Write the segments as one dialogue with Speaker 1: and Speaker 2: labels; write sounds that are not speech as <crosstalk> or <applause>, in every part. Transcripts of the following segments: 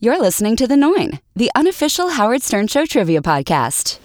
Speaker 1: You're listening to The Noin, the unofficial Howard Stern Show trivia podcast.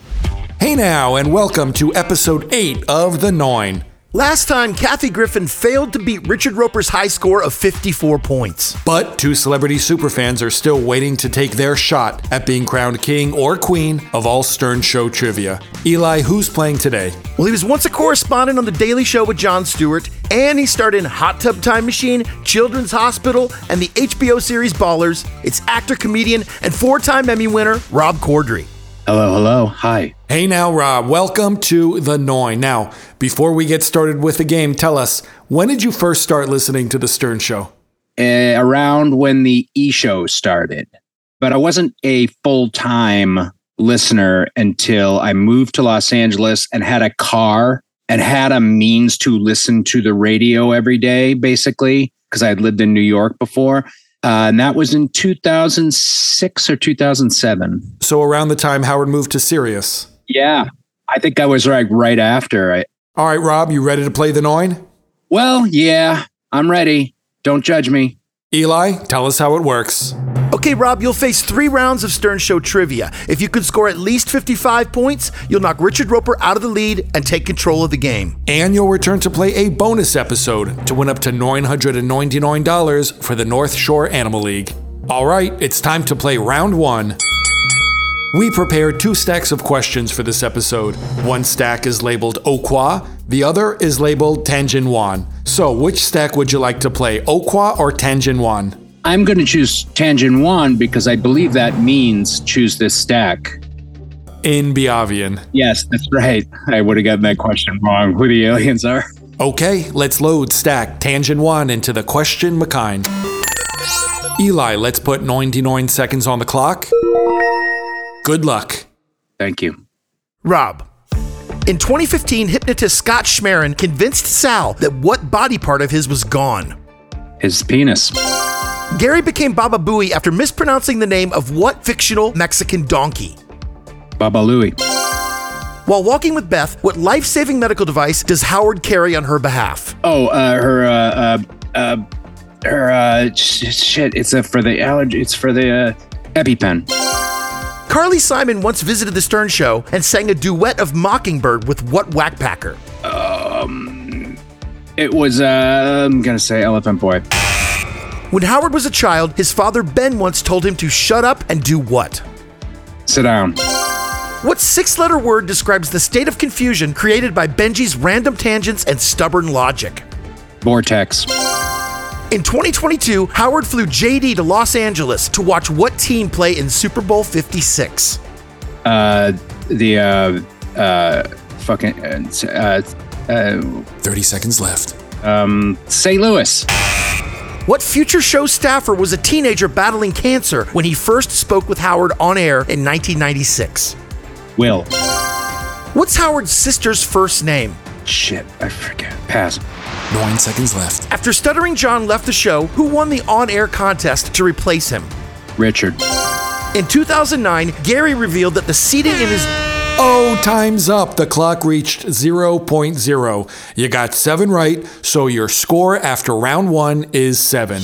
Speaker 2: Hey now, and welcome to episode 8 of The Nine.
Speaker 3: Last time, Kathy Griffin failed to beat Richard Roper's high score of 54 points.
Speaker 2: But two celebrity superfans are still waiting to take their shot at being crowned king or queen of all Stern Show trivia. Eli, who's playing today?
Speaker 3: Well, he was once a correspondent on The Daily Show with Jon Stewart, and he starred in Hot Tub Time Machine, Children's Hospital, and the HBO series Ballers. It's actor, comedian, and four time Emmy winner Rob Corddry.
Speaker 4: Hello, hello. Hi.
Speaker 2: Hey now, Rob, welcome to The Nine. Now, before we get started with the game, tell us, when did you first start listening to The Stern Show?
Speaker 4: Uh, around when the e show started, but I wasn't a full time listener until I moved to Los Angeles and had a car and had a means to listen to the radio every day, basically, because I had lived in New York before. Uh, and that was in 2006 or 2007.
Speaker 2: So, around the time Howard moved to Sirius.
Speaker 4: Yeah. I think I was like right after. I,
Speaker 2: All right, Rob, you ready to play The Nine?
Speaker 4: well, yeah, I'm ready. Don't judge me.
Speaker 2: Eli, tell us how it works.
Speaker 3: Okay, Rob, you'll face three rounds of Stern Show trivia. If you can score at least 55 points, you'll knock Richard Roper out of the lead and take control of the game.
Speaker 2: And you'll return to play a bonus episode to win up to $999 for the North Shore Animal League. All right, it's time to play round one. We prepared two stacks of questions for this episode. One stack is labeled Okwa, the other is labeled Tanjinwan. So, which stack would you like to play, Okwa or Tanjinwan?
Speaker 4: I'm going to choose Tangent 1 because I believe that means choose this stack.
Speaker 2: In Biavian.
Speaker 4: Yes, that's right. I would have gotten that question wrong who the aliens are.
Speaker 2: Okay, let's load stack tangent one into the question McKine. Eli, let's put 99 seconds on the clock. Good luck.
Speaker 4: Thank you.
Speaker 3: Rob. In 2015, hypnotist Scott Schmerin convinced Sal that what body part of his was gone.
Speaker 4: His penis.
Speaker 3: Gary became Baba Booey after mispronouncing the name of what fictional Mexican donkey?
Speaker 4: Baba Louie.
Speaker 3: While walking with Beth, what life saving medical device does Howard carry on her behalf?
Speaker 4: Oh, uh, her, uh, uh, uh, her, uh, sh- shit. It's uh, for the allergy. It's for the, uh, EpiPen.
Speaker 3: Carly Simon once visited The Stern Show and sang a duet of Mockingbird with what whackpacker?
Speaker 4: It was, uh, I'm going to say Elephant Boy.
Speaker 3: When Howard was a child, his father Ben once told him to shut up and do what?
Speaker 4: Sit down.
Speaker 3: What six letter word describes the state of confusion created by Benji's random tangents and stubborn logic?
Speaker 4: Vortex.
Speaker 3: In 2022, Howard flew JD to Los Angeles to watch what team play in Super Bowl 56?
Speaker 4: Uh, the, uh, uh, fucking, uh, uh,
Speaker 2: 30 seconds left.
Speaker 4: um, St. Louis.
Speaker 3: What future show staffer was a teenager battling cancer when he first spoke with Howard on air in 1996?
Speaker 4: Will.
Speaker 3: What's Howard's sister's first name?
Speaker 4: Shit, I forget. Pass.
Speaker 2: Nine seconds left.
Speaker 3: After Stuttering John left the show, who won the on air contest to replace him?
Speaker 4: Richard. Oh,
Speaker 3: In 2009, Gary revealed that the seating in his
Speaker 2: Oh, time's up. The clock reached 0.0. You got seven right, so your score after round one is seven.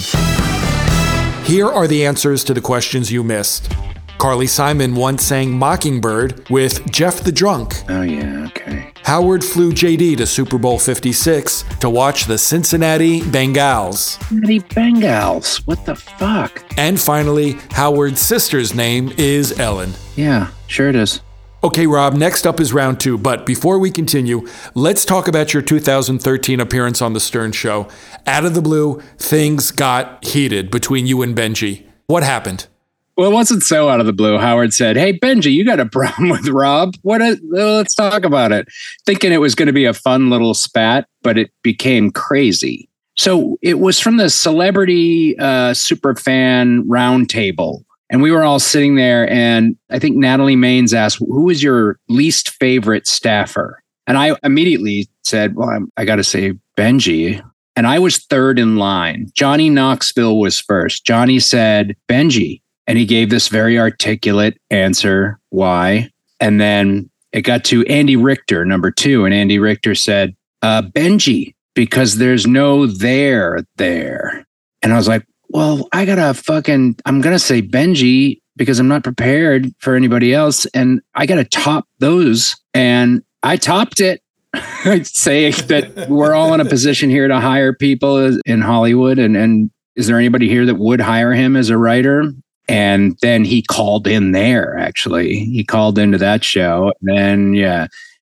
Speaker 2: Here are the answers to the questions you missed. Carly Simon once sang Mockingbird with Jeff the Drunk.
Speaker 4: Oh, yeah, okay.
Speaker 2: Howard flew JD to Super Bowl 56 to watch the Cincinnati Bengals.
Speaker 4: Cincinnati Bengals. What the fuck?
Speaker 2: And finally, Howard's sister's name is Ellen.
Speaker 4: Yeah, sure it is.
Speaker 2: Okay, Rob, next up is round two. But before we continue, let's talk about your 2013 appearance on The Stern Show. Out of the blue, things got heated between you and Benji. What happened?
Speaker 4: Well, it wasn't so out of the blue. Howard said, Hey, Benji, you got a <laughs> problem with Rob? What? A, well, let's talk about it. Thinking it was going to be a fun little spat, but it became crazy. So it was from the celebrity uh, super fan roundtable. And we were all sitting there. And I think Natalie Maines asked, Who is your least favorite staffer? And I immediately said, Well, I'm, I got to say, Benji. And I was third in line. Johnny Knoxville was first. Johnny said, Benji. And he gave this very articulate answer, why? And then it got to Andy Richter, number two. And Andy Richter said, uh, Benji, because there's no there there. And I was like, well, I gotta fucking, I'm gonna say Benji because I'm not prepared for anybody else. And I gotta top those. And I topped it. <laughs> I'd say that we're all in a position here to hire people in Hollywood. And, and is there anybody here that would hire him as a writer? And then he called in there, actually. He called into that show. And then, yeah.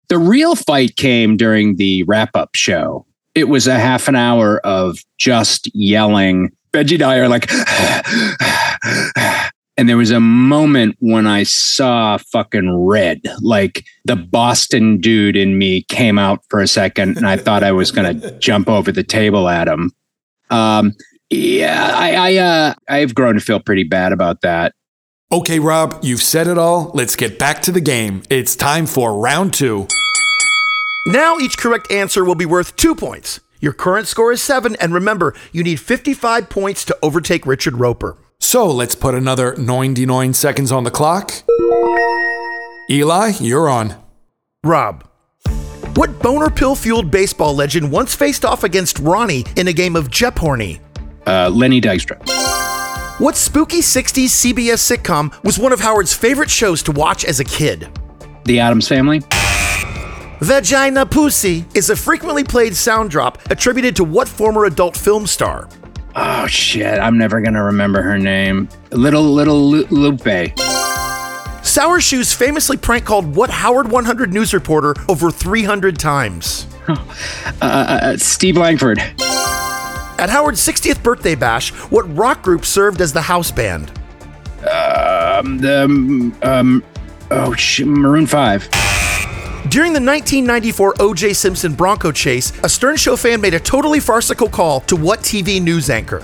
Speaker 4: The real fight came during the wrap up show. It was a half an hour of just yelling. Benji and I are like, <sighs> and there was a moment when I saw fucking red. Like the Boston dude in me came out for a second, and I thought I was going to jump over the table at him. Um, yeah, I, I uh, I've grown to feel pretty bad about that.
Speaker 2: Okay, Rob, you've said it all. Let's get back to the game. It's time for round two.
Speaker 3: Now each correct answer will be worth two points. Your current score is seven, and remember, you need 55 points to overtake Richard Roper.
Speaker 2: So let's put another 99 seconds on the clock. Eli, you're on.
Speaker 3: Rob, what boner pill fueled baseball legend once faced off against Ronnie in a game of Jep Horny?
Speaker 4: Uh, Lenny Dykstra.
Speaker 3: What spooky 60s CBS sitcom was one of Howard's favorite shows to watch as a kid?
Speaker 4: The Adams Family.
Speaker 3: Vagina Pussy is a frequently played sound drop attributed to what former adult film star?
Speaker 4: Oh shit! I'm never gonna remember her name. Little little Lu- Lupe.
Speaker 3: Sour Shoes famously prank called what Howard 100 news reporter over 300 times?
Speaker 4: Uh, uh, Steve Langford.
Speaker 3: At Howard's 60th birthday bash, what rock group served as the house band?
Speaker 4: Um, the um, um, oh shit, Maroon Five.
Speaker 3: During the 1994 O.J. Simpson Bronco chase, a Stern Show fan made a totally farcical call to what TV news anchor?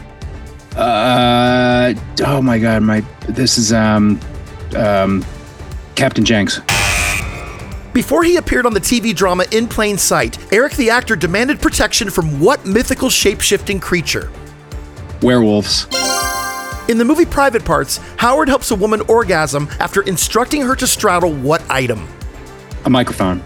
Speaker 4: Uh, oh my god, my this is um, um, Captain Jenks.
Speaker 3: Before he appeared on the TV drama In Plain Sight, Eric the actor demanded protection from what mythical shape shifting creature?
Speaker 4: Werewolves.
Speaker 3: In the movie Private Parts, Howard helps a woman orgasm after instructing her to straddle what item?
Speaker 4: A microphone.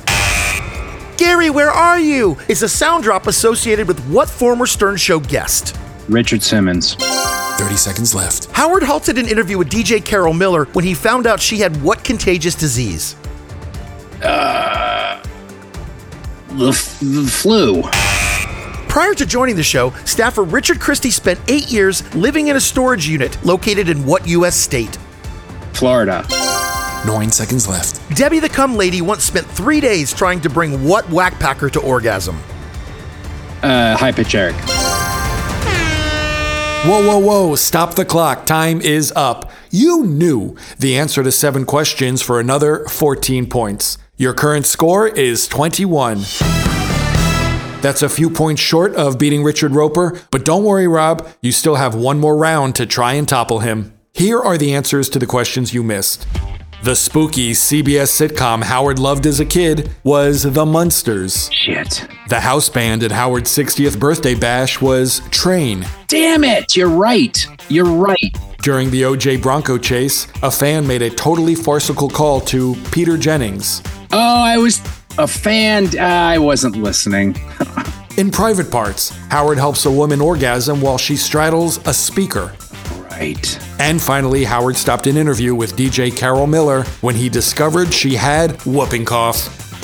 Speaker 3: Gary, where are you? is a sound drop associated with what former Stern Show guest?
Speaker 4: Richard Simmons.
Speaker 2: 30 seconds left.
Speaker 3: Howard halted an interview with DJ Carol Miller when he found out she had what contagious disease?
Speaker 4: The, f- the flu.
Speaker 3: Prior to joining the show, staffer Richard Christie spent eight years living in a storage unit located in what U.S. state?
Speaker 4: Florida.
Speaker 2: Nine seconds left.
Speaker 3: Debbie the Cum Lady once spent three days trying to bring what whackpacker to orgasm?
Speaker 4: Uh, high pitch Eric.
Speaker 2: Whoa, whoa, whoa, stop the clock. Time is up. You knew the answer to seven questions for another 14 points. Your current score is 21. That's a few points short of beating Richard Roper, but don't worry, Rob, you still have one more round to try and topple him. Here are the answers to the questions you missed. The spooky CBS sitcom Howard loved as a kid was The Munsters.
Speaker 4: Shit.
Speaker 2: The house band at Howard's 60th birthday bash was Train.
Speaker 4: Damn it! You're right. You're right.
Speaker 2: During the OJ Bronco chase, a fan made a totally farcical call to Peter Jennings.
Speaker 4: Oh, I was a fan. I wasn't listening. <laughs>
Speaker 2: In private parts, Howard helps a woman orgasm while she straddles a speaker.
Speaker 4: right.
Speaker 2: And finally, Howard stopped an interview with DJ Carol Miller when he discovered she had whooping cough.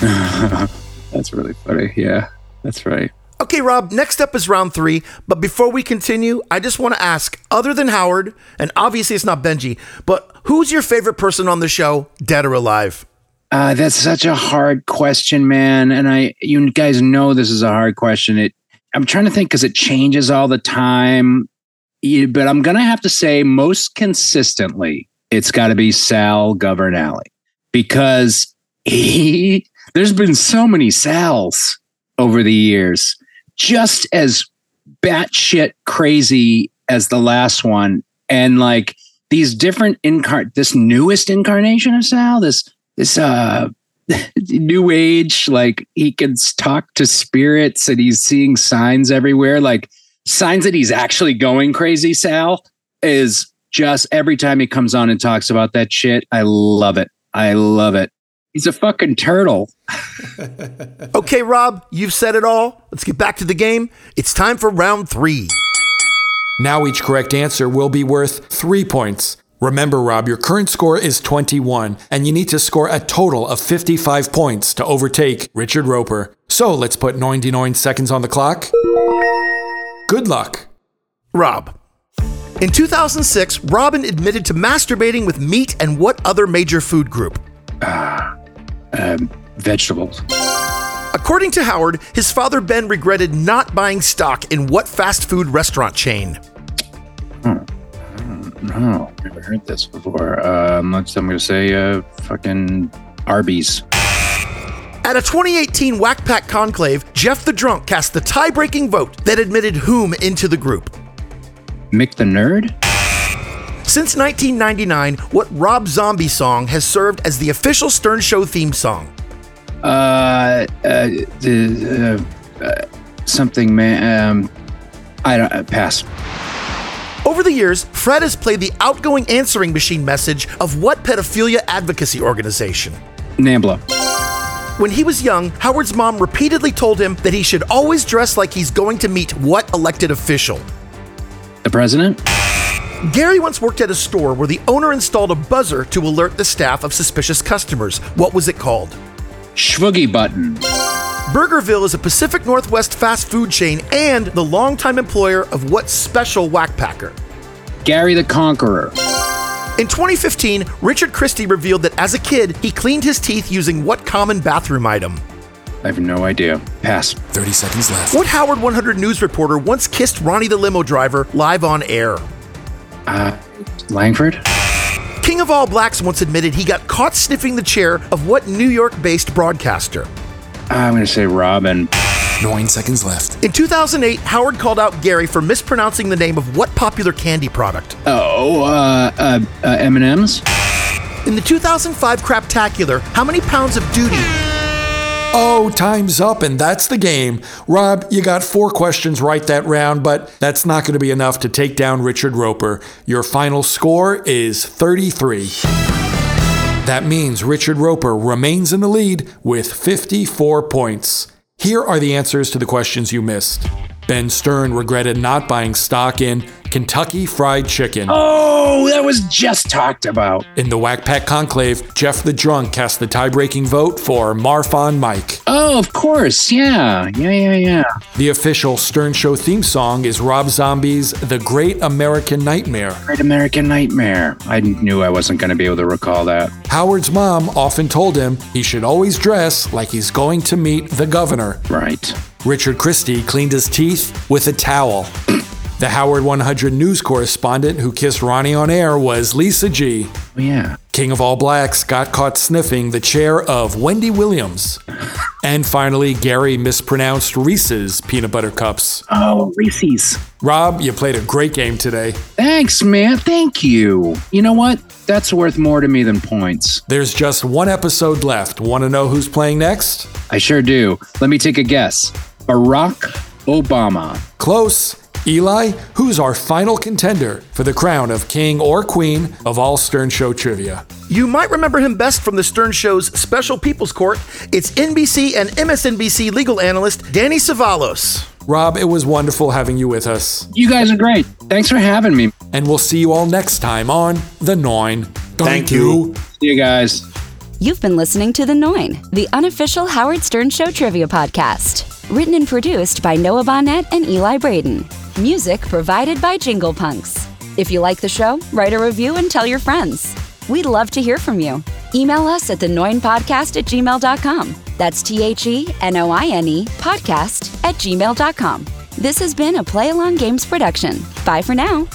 Speaker 4: That's really funny. Yeah, that's right.
Speaker 3: Okay, Rob, next up is round three. But before we continue, I just want to ask other than Howard, and obviously it's not Benji, but who's your favorite person on the show, dead or alive?
Speaker 4: Uh, that's such a hard question, man. And I, you guys know this is a hard question. It, I'm trying to think because it changes all the time. Yeah, But I'm gonna have to say most consistently, it's got to be Sal Governale because he. There's been so many Sal's over the years, just as batshit crazy as the last one, and like these different incarn, this newest incarnation of Sal, this this uh <laughs> new age like he can s- talk to spirits and he's seeing signs everywhere like signs that he's actually going crazy sal is just every time he comes on and talks about that shit i love it i love it he's a fucking turtle
Speaker 3: Okay, Rob, you've said it all. Let's get back to the game. It's time for round three.
Speaker 2: Now each correct answer will be worth three points. Remember, Rob, your current score is 21, and you need to score a total of 55 points to overtake Richard Roper. So let's put 99 seconds on the clock. Good luck.
Speaker 3: Rob. In 2006, Robin admitted to masturbating with meat and what other major food group?
Speaker 4: Um, Vegetables.
Speaker 3: According to Howard, his father Ben regretted not buying stock in what fast food restaurant chain?
Speaker 4: No, I've never heard this before. Um, let's, I'm going to say uh, fucking Arby's.
Speaker 3: At a 2018 Whack Pack conclave, Jeff the Drunk cast the tie breaking vote that admitted whom into the group.
Speaker 4: Mick the Nerd?
Speaker 3: Since 1999, what Rob Zombie song has served as the official Stern Show theme song?
Speaker 4: Uh, uh, the, uh, uh, something, man. Um, I don't, uh, pass.
Speaker 3: Over the years, Fred has played the outgoing answering machine message of what pedophilia advocacy organization?
Speaker 4: Nambla.
Speaker 3: When he was young, Howard's mom repeatedly told him that he should always dress like he's going to meet what elected official?
Speaker 4: The president?
Speaker 3: Gary once worked at a store where the owner installed a buzzer to alert the staff of suspicious customers. What was it called?
Speaker 4: Schwoogie Button.
Speaker 3: Burgerville is a Pacific Northwest fast food chain and the longtime employer of what special whack packer?
Speaker 4: Gary the Conqueror.
Speaker 3: In 2015, Richard Christie revealed that as a kid, he cleaned his teeth using what common bathroom item?
Speaker 4: I have no idea. Pass.
Speaker 2: 30 seconds left.
Speaker 3: What Howard 100 News reporter once kissed Ronnie the limo driver live on air?
Speaker 4: Uh, Langford?
Speaker 3: King of All Blacks once admitted he got caught sniffing the chair of what New York based broadcaster?
Speaker 4: I'm going to say Robin.
Speaker 2: Nine seconds left.
Speaker 3: In 2008, Howard called out Gary for mispronouncing the name of what popular candy product?
Speaker 4: Oh, uh, uh, uh, M&M's?
Speaker 3: In the 2005 Craptacular, how many pounds of duty?
Speaker 2: Oh, time's up, and that's the game. Rob, you got four questions right that round, but that's not going to be enough to take down Richard Roper. Your final score is 33. That means Richard Roper remains in the lead with 54 points. Here are the answers to the questions you missed. Ben Stern regretted not buying stock in Kentucky Fried Chicken.
Speaker 4: Oh, that was just talked about.
Speaker 2: In the Whack Pack Conclave, Jeff the Drunk cast the tie breaking vote for Marfon Mike.
Speaker 4: Oh, of course. Yeah. Yeah, yeah, yeah.
Speaker 2: The official Stern Show theme song is Rob Zombie's The Great American Nightmare.
Speaker 4: Great American Nightmare. I knew I wasn't going to be able to recall that.
Speaker 2: Howard's mom often told him he should always dress like he's going to meet the governor.
Speaker 4: Right.
Speaker 2: Richard Christie cleaned his teeth with a towel. <clears throat> The Howard 100 news correspondent who kissed Ronnie on air was Lisa G.
Speaker 4: Oh, yeah.
Speaker 2: King of All Blacks got caught sniffing the chair of Wendy Williams. And finally, Gary mispronounced Reese's peanut butter cups.
Speaker 4: Oh, Reese's.
Speaker 2: Rob, you played a great game today.
Speaker 4: Thanks, man. Thank you. You know what? That's worth more to me than points.
Speaker 2: There's just one episode left. Want to know who's playing next?
Speaker 4: I sure do. Let me take a guess. Barack Obama.
Speaker 2: Close. Eli, who's our final contender for the crown of king or queen of all Stern Show trivia?
Speaker 3: You might remember him best from the Stern Show's Special People's Court. It's NBC and MSNBC legal analyst Danny Savalos.
Speaker 2: Rob, it was wonderful having you with us,
Speaker 4: You guys are great. Thanks for having me.
Speaker 2: and we'll see you all next time on The Nine.
Speaker 3: Thank you.
Speaker 4: See you guys.
Speaker 1: You've been listening to The Nine, the unofficial Howard Stern Show trivia podcast. Written and produced by Noah Bonnet and Eli Braden. Music provided by Jingle Punks. If you like the show, write a review and tell your friends. We'd love to hear from you. Email us at thenoinpodcast at gmail.com. That's T H E N O I N E podcast at gmail.com. This has been a Play Along Games production. Bye for now.